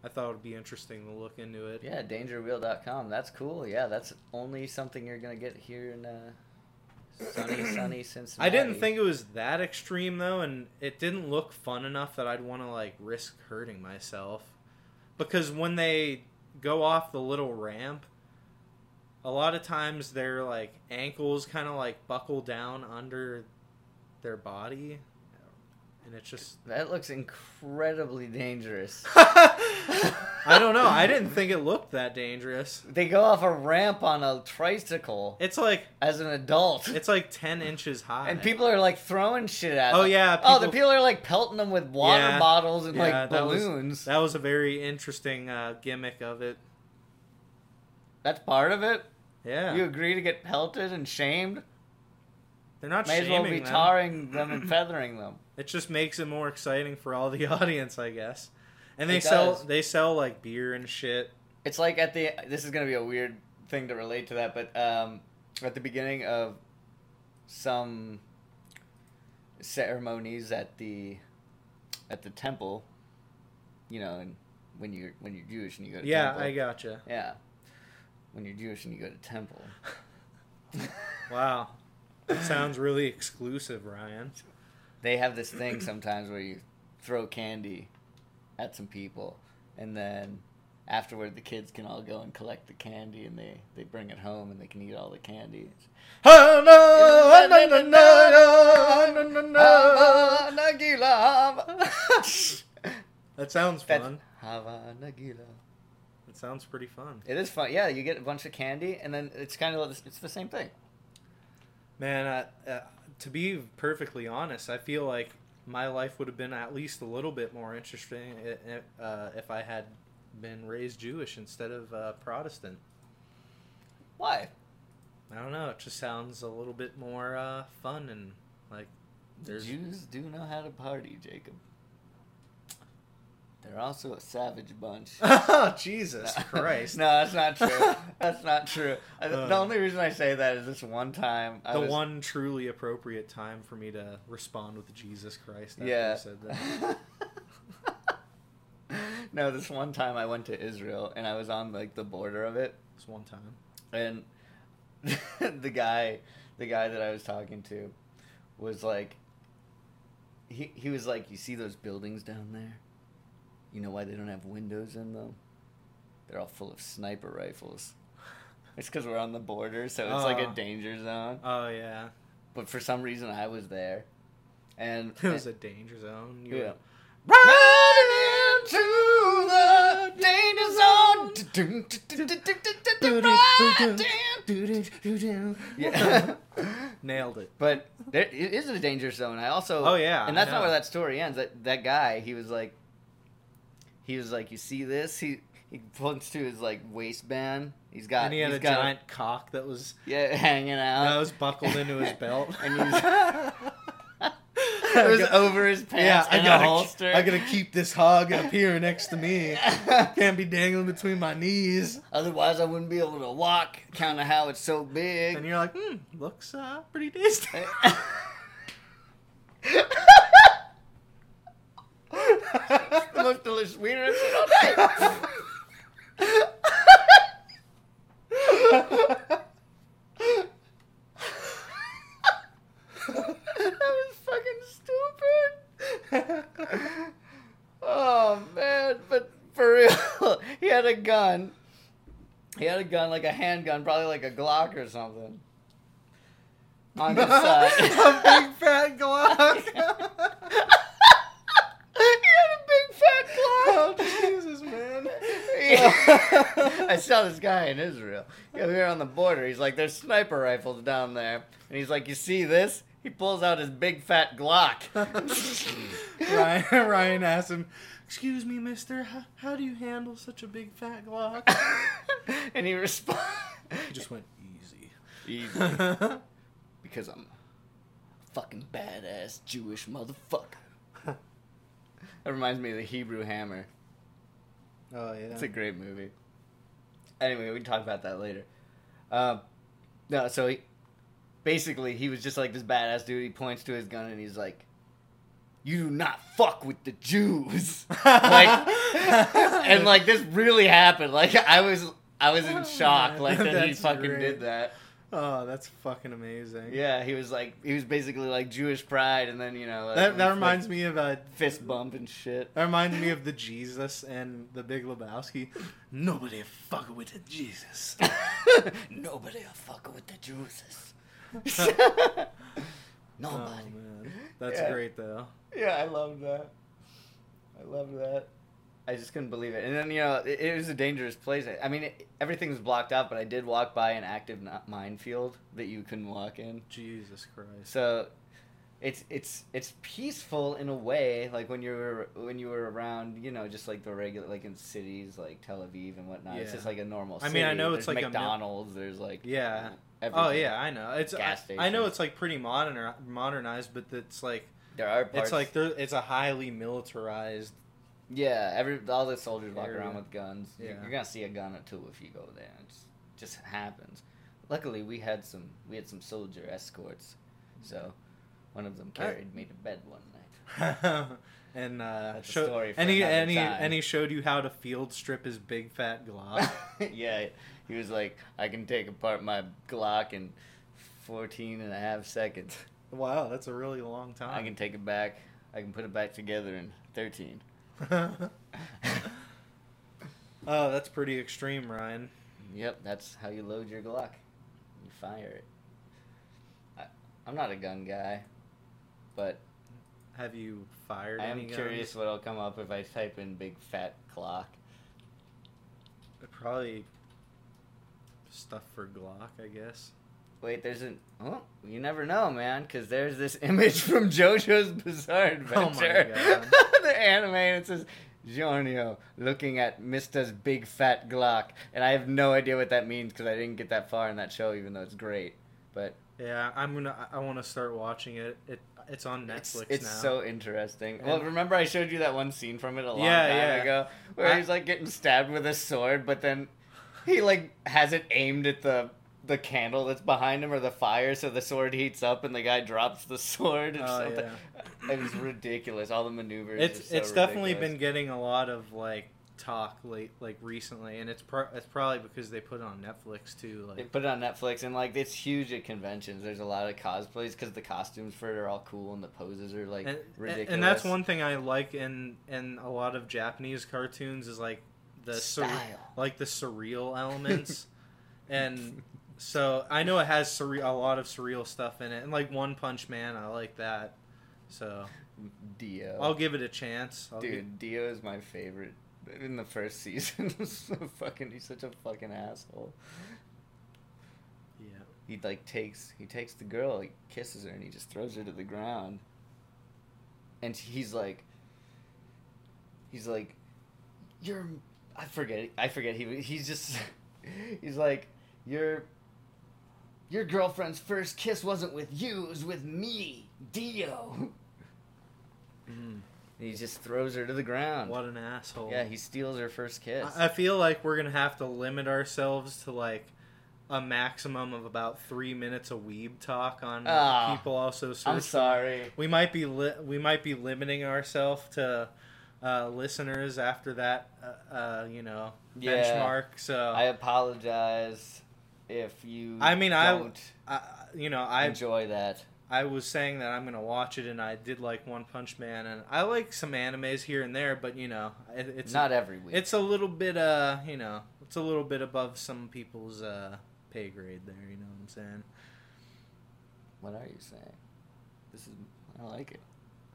I thought it would be interesting to look into it. yeah dangerwheel.com. That's cool. Yeah, that's only something you're gonna get here in uh, sunny, sunny Cincinnati. I didn't think it was that extreme though, and it didn't look fun enough that I'd want to like risk hurting myself. Because when they go off the little ramp, a lot of times their like ankles kind of like buckle down under their body, and it's just that looks incredibly dangerous. I don't know. I didn't think it looked that dangerous. They go off a ramp on a tricycle It's like as an adult. it's like ten inches high. and people are like throwing shit at Oh, them. yeah, oh, the people- people are like pelting them with water Yeah. bottles and Yeah, like that was- balloons. that was a very interesting uh, gimmick of it. That's part of it. Yeah, You agree to get pelted and shamed? they're not May as shaming well be them. tarring them and feathering them. It just makes it more exciting for all the audience, I guess. And they It sell does. they sell like beer and shit. It's like at the this is gonna be a weird thing to relate to that, but um, at the beginning of some ceremonies at the at the temple, you know, and when you're when you're Jewish and you go to yeah, temple, I gotcha. yeah, when you're Jewish and you go to temple, Wow, that sounds really exclusive, Ryan. they have this thing sometimes where you throw candy at some people and then afterward the kids can all go and collect the candy and they, they bring it home and they can eat all the candy Oh no, oh, no, no, no, no, no, no, no. Hava Nagila, Hava. That sounds That's- fun. Hava Nagila. That sounds pretty fun. It is fun. Yeah, you get a bunch of candy, and then it's kind of it's the same thing. Man, uh, uh, to be perfectly honest, I feel like my life would have been at least a little bit more interesting i- i- uh, if I had been raised Jewish instead of uh, Protestant. Why? I don't know. It just sounds a little bit more uh, fun and like The there's Jews do know how to party, Jacob. They're also a savage bunch. oh Jesus Christ. no, that's not true. That's not true. I, the Uh. only reason I say that is this one time. I The was- one truly appropriate time for me to respond with Jesus Christ. After Yeah. You said that. no, this one time I went to Israel and I was on like the border of it, It's one time. and the guy, the guy that I was talking to, was like, he he was like, you see those buildings down there? You know why they don't have windows in them? They're all full of sniper rifles. It's because we're on the border, so it's like a Oh. danger zone. Oh yeah. But for some reason, I was there, and It was a danger zone. You yeah. were- Running into the danger zone. Du-dum, du-dum, du-dum, du-dum, du-dum, du-dum, du-dum. Yeah. Nailed it. But there, it is a danger zone. I also. Oh, yeah, And that's I not know. where that story ends. That that guy, he was like, he was like, you see this? He he points to his like waistband. He's got. and he Uh, had he's a got giant cock that was yeah, hanging out. that was buckled into his belt. and he's, it was I got- over his yeah, pants I in gotta, a holster. I gotta keep this hog up here next to me. Can't be dangling between my knees. Otherwise, I wouldn't be able to walk. Kind of how it's so And big. you're like, hmm, looks uh, pretty tasty. It's the most delicious wiener I've seen all day. that was fucking stupid. oh man, but for real, he had a gun. He had a gun, like a handgun, probably like a Glock or something. On his side. a big fat Glock. he had a big fat oh, clown. Jesus, man. I saw this guy in Israel. We were on the border. He's like, "There's sniper rifles down there," and he's like, "You see this?" He pulls out his big fat Glock. Ryan, Ryan asked him, Excuse me, mister, how, how do you handle such a big fat Glock? and he responds, He just went, Easy. "Easy, because I'm fucking badass Jewish motherfucker. that reminds me of the Hebrew Hammer. Oh yeah. It's a great movie. Anyway, we can talk about that later. Um, no, so he, basically he was just like this badass dude. He points to his gun and he's like, "You do not fuck with the Jews." like, and like this really happened. Like I was, I was in shock. Like that he Oh, That's fucking great. did that. oh, that's fucking amazing. Yeah, he was like, he was basically like Jewish pride, and then you know like, That that like, reminds me of uh, fist bump and shit. That reminds me of the Jesus and the Big Lebowski. Nobody fuck with the Jesus. Nobody will fuck with the Jews. Oh, Nobody. man. That's Yeah. great though. Yeah, I love that. I love that. I just couldn't believe it. And then, you know, it, it was a dangerous place. I, I mean, it, everything was blocked out, but I did walk by an active no- minefield that you couldn't walk in. Jesus Christ. So it's it's it's peaceful in a way, like when you were when you were around, you know, just like the regular, like in cities like Tel Aviv and whatnot. It's Yeah. just like a normal. I City. mean, I know it's There's like a mil- McDonald's. There's like Yeah. Everything. Oh yeah, I know. It's Gas I, I know stations. it's like pretty modern modernized, but it's like There are parts. it's like there it's a highly militarized. Yeah, every all the soldiers walk Area. around with guns. You're, Yeah. you're gonna see a gun or two if you go there. It just happens. Luckily, we had some we had some soldier escorts, so one of them That- carried me to bed one night. And uh, That's a show, story for and he another and he, time. and he showed you how to field strip his big fat Glock. yeah, he was like, I can take apart my Glock in 14 and a half seconds. wow, that's a really long I can time. take it back. I can put it back together in 13. oh, that's pretty extreme, Ryan. Yep, that's how you load your Glock. You fire it. I, I'm not a gun guy, but Have you fired? I am any guns? curious what'll come up if I type in big fat clock. Probably stuff for Glock, I guess. Wait, there's an. Oh, you never know, man, because there's this image from JoJo's Bizarre Oh my Adventure. God. the anime, and it says, Giornio looking at Mista's big fat Glock. And I have no idea what that means because I didn't get that far in that show, even though it's great. But Yeah, I'm gonna. I- I want to start watching it. It it's on it's, Netflix it's now. so interesting. And- Well, remember I showed you that one scene from it a long Yeah, time yeah. ago where I- he's like getting stabbed with a sword, but then he like has it aimed at the the candle that's behind him or the fire, so the sword heats up and the guy drops the sword. And Oh, something. It was ridiculous. All the maneuvers. it's are so it's definitely ridiculous. been getting a lot of like talk late like recently, and it's pro- it's probably because they put it on Netflix too. They Like put it on Netflix and like it's huge at conventions. There's a lot of cosplays because the costumes for it are all cool and the poses are like and, ridiculous. and that's one thing I like in in a lot of Japanese cartoons is like the sur- Style. like the surreal elements, and so I know it has surre- a lot of surreal stuff in it, and like One Punch Man, I like that. So Dio. I'll give it a chance, I'll gi- Oh. Dude, Dio is my favorite in the first season. so fucking, he's such a fucking asshole. yeah. He like takes he takes the girl, he kisses her, and he just throws her to the ground. And he's like, he's like, you're I forget I forget he he's just he's like your your girlfriend's first kiss wasn't with you, it was with me, Dio. Mm, And he just throws her to the ground. what an asshole. Yeah, he steals her first kiss. I I feel like we're gonna have to limit ourselves to like a maximum of about three minutes of weeb talk on Ah, people also search. I'm sorry. We might be li- we might be limiting ourselves to uh, listeners after that uh, uh, you know Yeah. benchmark. So I apologize if you. I mean, I- don't I, you know I enjoy that. I was saying that I'm gonna watch it and I did like One Punch Man and I like some animes here and there, but you know it, It's it's not every week. it's a little bit uh you know it's a little bit above some people's uh pay grade there you know what i'm saying what are you saying? This is. I like it.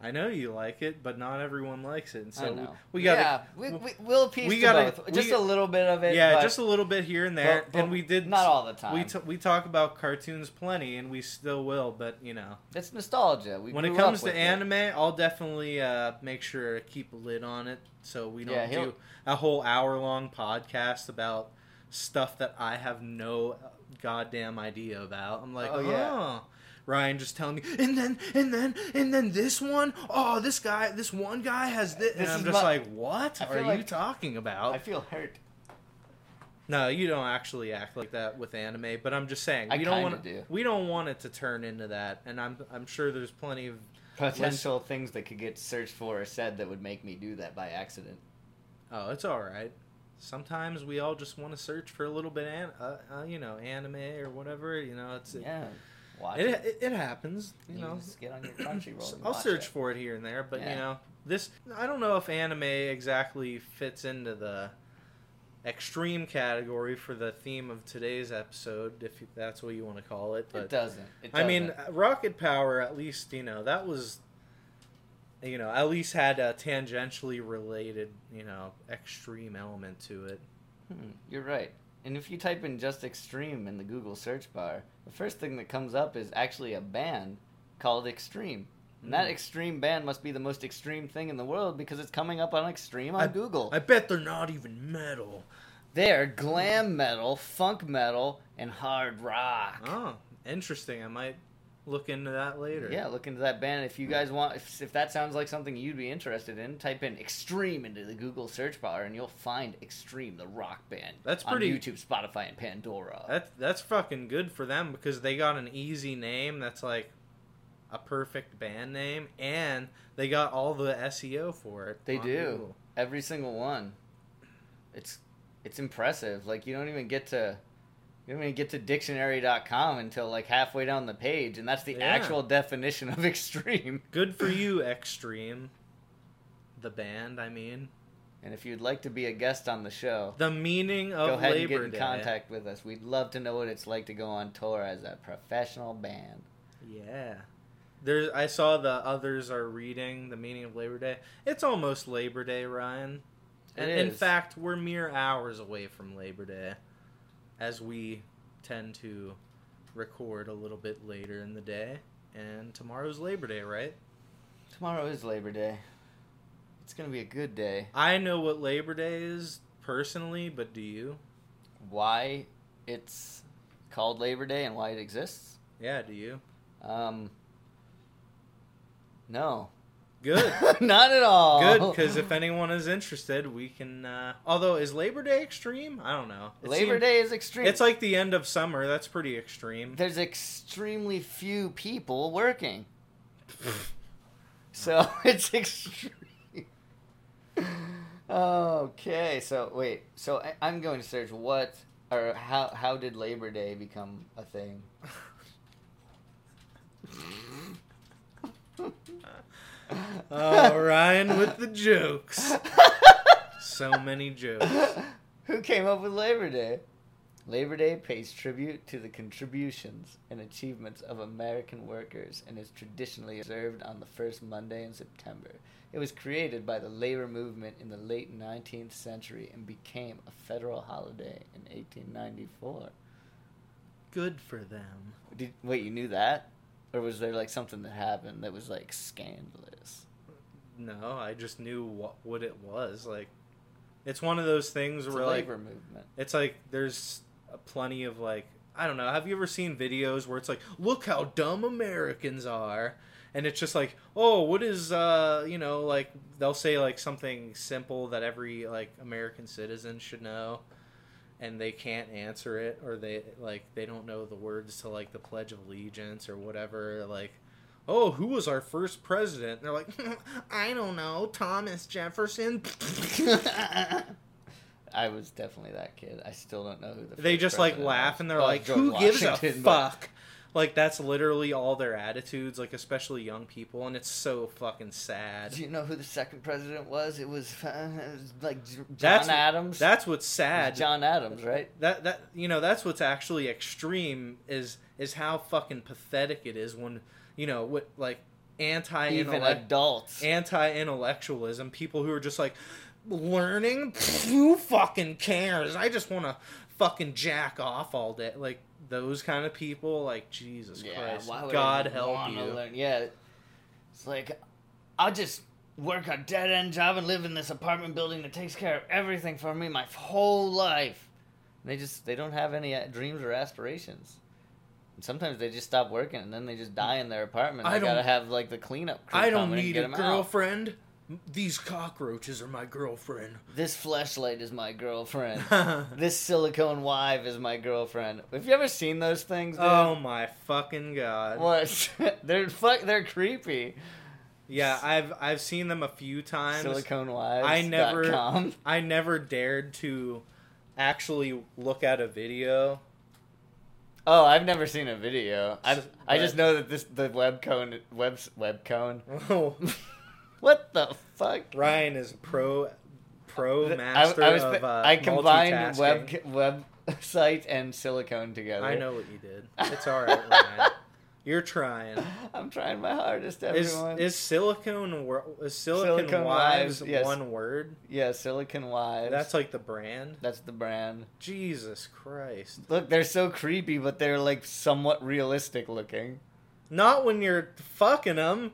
i know you like it but not everyone likes it and so I know. we, we got Yeah, we, we, we'll piece we to gotta- both. Just we- a little bit of it. yeah but- just a little bit here and there but- but and we did Not all the time. we, t- we talk about cartoons plenty and we still will but you know it's nostalgia. We when it grew up comes to with anime i'll definitely uh make sure to keep a lid on it so we don't Yeah, he'll- do a whole hour long podcast about stuff that i have no goddamn idea about i'm like Oh, oh, yeah. Ryan just telling me, and then and then and then this one, oh, this guy, this one guy has this, and This I'm is just my- like, what I are feel you like- talking about? I feel hurt. No, you don't actually act like that with anime, but I'm just saying I we don't kinda want do. we don't want it to turn into that, and I'm I'm sure there's plenty of Potential things that could get searched for or said that would make me do that by accident. oh, it's all right. Sometimes we all just want to search for a little bit, an, uh, uh, you know, anime or whatever. You know, it's it, Yeah, watch it, it. it, it happens. You, You know, just get on your Crunchyroll. So and I'll watch search it. for it here and there, but you Yeah. know, this I don't know if anime exactly fits into the extreme category for the theme of today's episode, if that's what you want to call it. But It doesn't. It I doesn't. mean, Rocket Power, at least, you know, that was, you know, at least had a tangentially related, you know, extreme element to it. Hmm, you're right. And if you type in just extreme in the Google search bar, the first thing that comes up is actually a band called Extreme. And that Mm. extreme band must be the most extreme thing in the world because it's coming up on Extreme on Google. I bet they're not even metal. They're glam metal, funk metal, and hard rock. Oh, interesting. I might look into that later. Hmm. Yeah, look into that band. If you guys want, if, if that sounds like something you'd be interested in, type in "extreme" into the Google search bar, and you'll find "extreme," the rock band. That's on pretty- YouTube, Spotify, and Pandora. That's that's fucking good for them because they got an easy name that's like a perfect band name, and they got all the SEO for it. They on do Google. every single one. It's it's impressive. Like you don't even get to you don't even get to dictionary.com until like halfway down the page, and that's the Yeah. actual definition of extreme. Good for you, Extreme. The band, I mean. And if you'd like to be a guest on the show, The meaning go of ahead and get Labor in Day. contact with us. We'd love to know what it's like to go on tour as a professional band. Yeah. There's I saw the others are reading the meaning of Labor Day. It's almost Labor Day, Ryan. It And in is. fact, we're mere hours away from Labor Day as we tend to record a little bit later in the day. And tomorrow's Labor Day, right? Tomorrow is Labor Day. It's gonna be a good day. I know what Labor Day is personally, but do you? Why it's called Labor Day and why it exists? Yeah, do you? Um, no. Good. Not at all. Good, because if anyone is interested, we can. Uh, although, is Labor Day extreme? I don't know. It Labor seemed- Day is extreme. It's like the end of summer. That's pretty extreme. there's extremely few people working, so it's extreme. okay, so wait, so I, I'm going to search what or how how did Labor Day become a thing? oh, Ryan with the jokes. So many jokes. Who came up with Labor Day? Labor Day pays tribute to the contributions and achievements of American workers and is traditionally observed on the first Monday in September. It was created by the labor movement in the late 19th century and became a federal holiday in 1894. Good for them. Did, wait, you knew that? Or was there like something that happened that was like scandalous? No, I just knew what what it was. Like, it's one of those things It's a where like labor movement. it's like there's plenty of like I don't know. Have you ever seen videos where it's like, look how dumb Americans are, and it's just like, oh, what is uh, you know, like they'll say like something simple that every like American citizen should know, and they can't answer it or they like they don't know the words to like the Pledge of Allegiance or whatever. Like, oh, who was our first president? And they're like, I don't know, Thomas Jefferson. I was definitely that kid. I still don't know who the. they first just like president laugh was. and they're Oh, like, George "Who gives a Washington, but- fuck?" Like that's literally all their attitudes, like especially young people, and it's so fucking sad. Do you know who the second president was? It was, uh, it was like J- John That's- Adams. That's It was what's sad. John Adams, right? That that you know that's what's actually extreme is is how fucking pathetic it is when you know what like anti Even intellect adults. anti intellectualism people who are just like learning Pfft, who fucking cares I just want to fucking jack off all day like those kind of people like Jesus Christ why would I God even help wanna you learn- Yeah, it's like I'll just work a dead end job and live in this apartment building that takes care of everything for me my whole life. And they just they don't have any uh, dreams or aspirations. Sometimes they just stop working and then they just die in their apartment. I They gotta don't- have like the cleanup crew. I don't come in and need get a 'em out. girlfriend. These cockroaches are my girlfriend. This flashlight is my girlfriend. this silicone wife is my girlfriend. Have you ever seen those things? Dude? oh my fucking god. What? they're fuck. They're creepy. Yeah, I've I've seen them a few times. SiliconeWives.com. I never- I never dared to actually look at a video. Oh, I've never seen a video. I S- I just but- know that this the web cone web web cone. Oh, what the fuck? Ryan is pro pro Th- master I, I was of thi- uh, I combined multitasking. web website and silicone together. I know what you did. It's all right, Ryan. You're trying. I'm trying my hardest, Is everyone. is silicone wor- is silicone, Silicone wives, Wives, yes. one word? yeah, silicone wives. That's like the brand. that's the brand. Jesus Christ! Look, they're so creepy, but they're like somewhat realistic looking. Not when you're fucking them.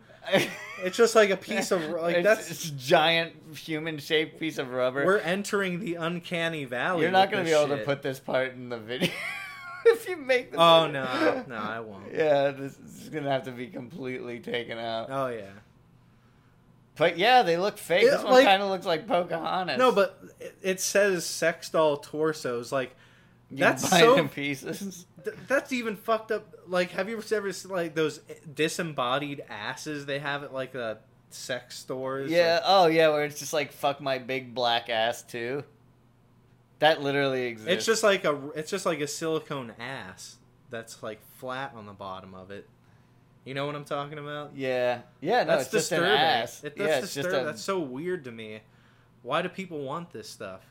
It's just like a piece of like It's- that's. it's a giant human shaped piece of rubber. We're entering the uncanny valley. You're not going gonna be able to put this part in the video if you make the. Oh video. no, no, I won't. Yeah, this is gonna have to be completely taken out. Oh yeah. But yeah, they look fake. It- this one like- kind of looks like Pocahontas. No, but it- it says sex doll torsos. Like you that's buy it so- in pieces. th- that's even fucked up. Like, have you ever ever seen, like those disembodied asses they have at like the sex stores? Yeah. Oh yeah, where it's just like fuck my big black ass too. That literally exists. Like, it's just like a it's just like a silicone ass that's like flat on the bottom of it. You know what I'm talking about? Yeah. Yeah. No, that's it's just an disturbing. ass. It, that's yeah, it's disturbing. just a, That's so weird to me. Why do people want this stuff?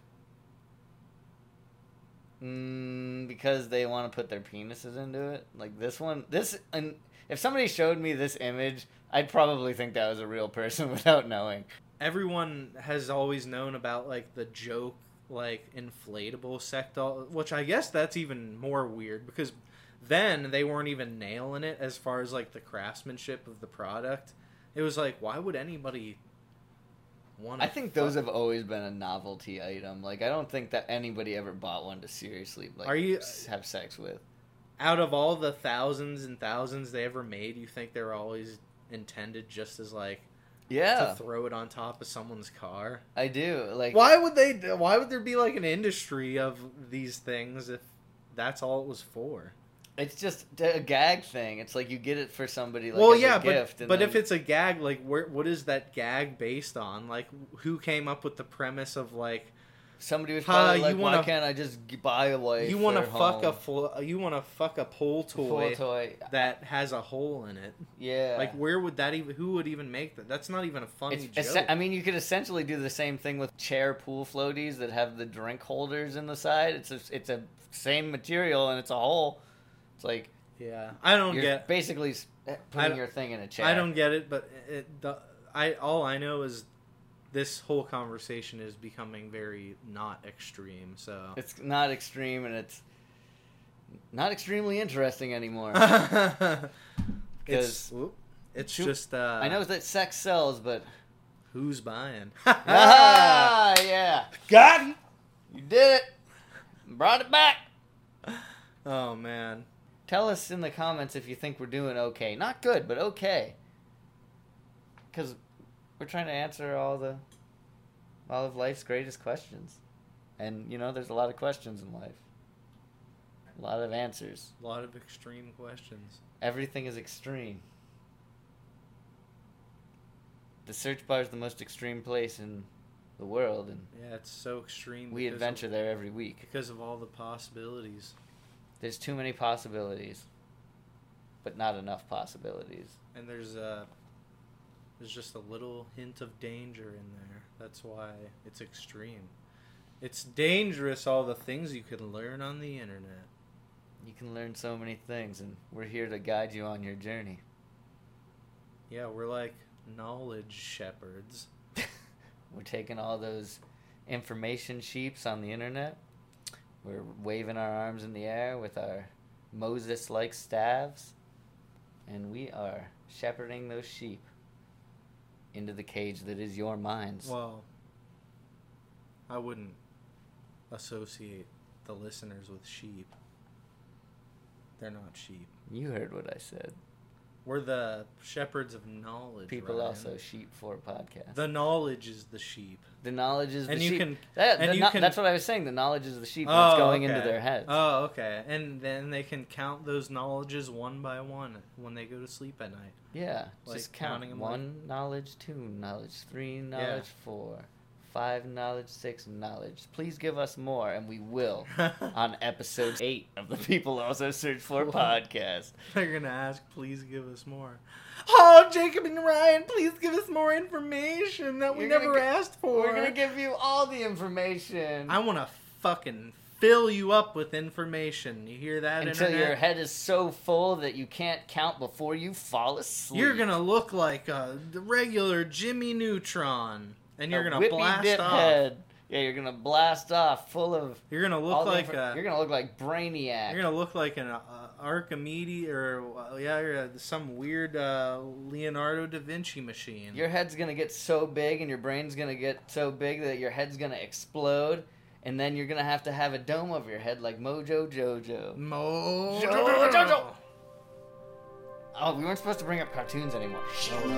Mm, because they want to put their penises into it. Like this one, this and if somebody showed me this image, I'd probably think that was a real person without knowing. everyone has always known about like the joke like inflatable sex doll which i guess that's even more weird because then they weren't even nailing it as far as like the craftsmanship of the product it was like why would anybody want I think those have always been a novelty item. Like I don't think that anybody ever bought one to seriously like Are you- s- have sex with. out of all the thousands and thousands they ever made you think they were always intended just as like Yeah, to throw it on top of someone's car I do. Like why would they why would there be like an industry of these things if that's all it was for it's just a gag thing. It's like you get it for somebody like well as yeah a gift. but, and but then- if it's a gag like where, what is that gag based on like who came up with the premise of like somebody was Huh, probably you like, wanna- why can't I just g- buy a wife? you want to or fuck a home? fl- you want to fuck a pole toy, Full toy? that has a hole in it Yeah, like where would that even who would even make that that's not even a funny It's, joke essen- I mean, you could essentially do the same thing with chair pool floaties that have the drink holders in the side. It's a, it's a same material and it's a hole. It's like yeah i don't you're get basically s- I putting don't- your thing in a chair. I don't get it, but it, the, I all I know is this whole conversation is becoming very not extreme. So It's not extreme and it's not extremely interesting anymore. it's 'Cause- whoop, it's Shoot. just uh, I know that sex sells, but who's buying. ah, yeah, Got him. you did it. Brought it back. Oh man, Tell us in the comments if you think we're doing okay. Not good, but okay. Because we're trying to answer all the all of life's greatest questions, and you know, there's a lot of questions in life. A lot of answers. a lot of extreme questions. Everything is extreme. The search bar is the most extreme place in the world, and Yeah, it's so extreme. we because of- adventure there every week. because of all the possibilities, There's too many possibilities, but not enough possibilities. and there's uh, there's just a little hint of danger in there. That's why it's extreme. It's dangerous. All the things you can learn on the internet. You can learn so many things, and we're here to guide you on your journey. Yeah, we're like knowledge shepherds. we're taking all those information sheeps on the internet. We're waving our arms in the air with our Moses like staves, and we are shepherding those sheep into the cage that is your minds. Well, I wouldn't associate the listeners with sheep. They're not sheep. You heard what I said. We're the shepherds of knowledge. People Ryan. also sheep for a podcast. The, The knowledge is the sheep. knowledge is the And you sheep. can- That- and the you kno- can- that's what I was saying. The knowledge is the sheep that's going into Oh, okay. their heads. Oh, okay. And then they can count those knowledges one by one when they go to sleep at night. yeah, Like just count counting 'em like- one knowledge, two knowledge, three knowledge, four, five knowledge, six knowledge. Please give us more, and we will. on episode eight of the People Also Search For podcast. They're gonna ask, please give us more. Oh, Jacob and Ryan, please give us more information that we You're gonna never get- asked for. We're gonna give you all the information I want to fucking fill you up with information. You hear that? until internet? your head is so full that you can't count before you fall asleep. You're gonna look like a the regular Jimmy Neutron, and you're A gonna whippy blast dip off. head. Yeah, you're gonna blast off full of. You're gonna all look the like infor- a. you're gonna look like Brainiac. You're gonna look like an uh, Archimedes or uh, yeah, you're, uh, some weird uh, Leonardo da Vinci machine. Your head's gonna get so big and your brain's gonna get so big that your head's gonna explode, and then you're gonna have to have a dome over your head like Mojo Jojo. Mo- Jojo- Jojo! Oh, we weren't supposed to bring up cartoons anymore. Oh, well.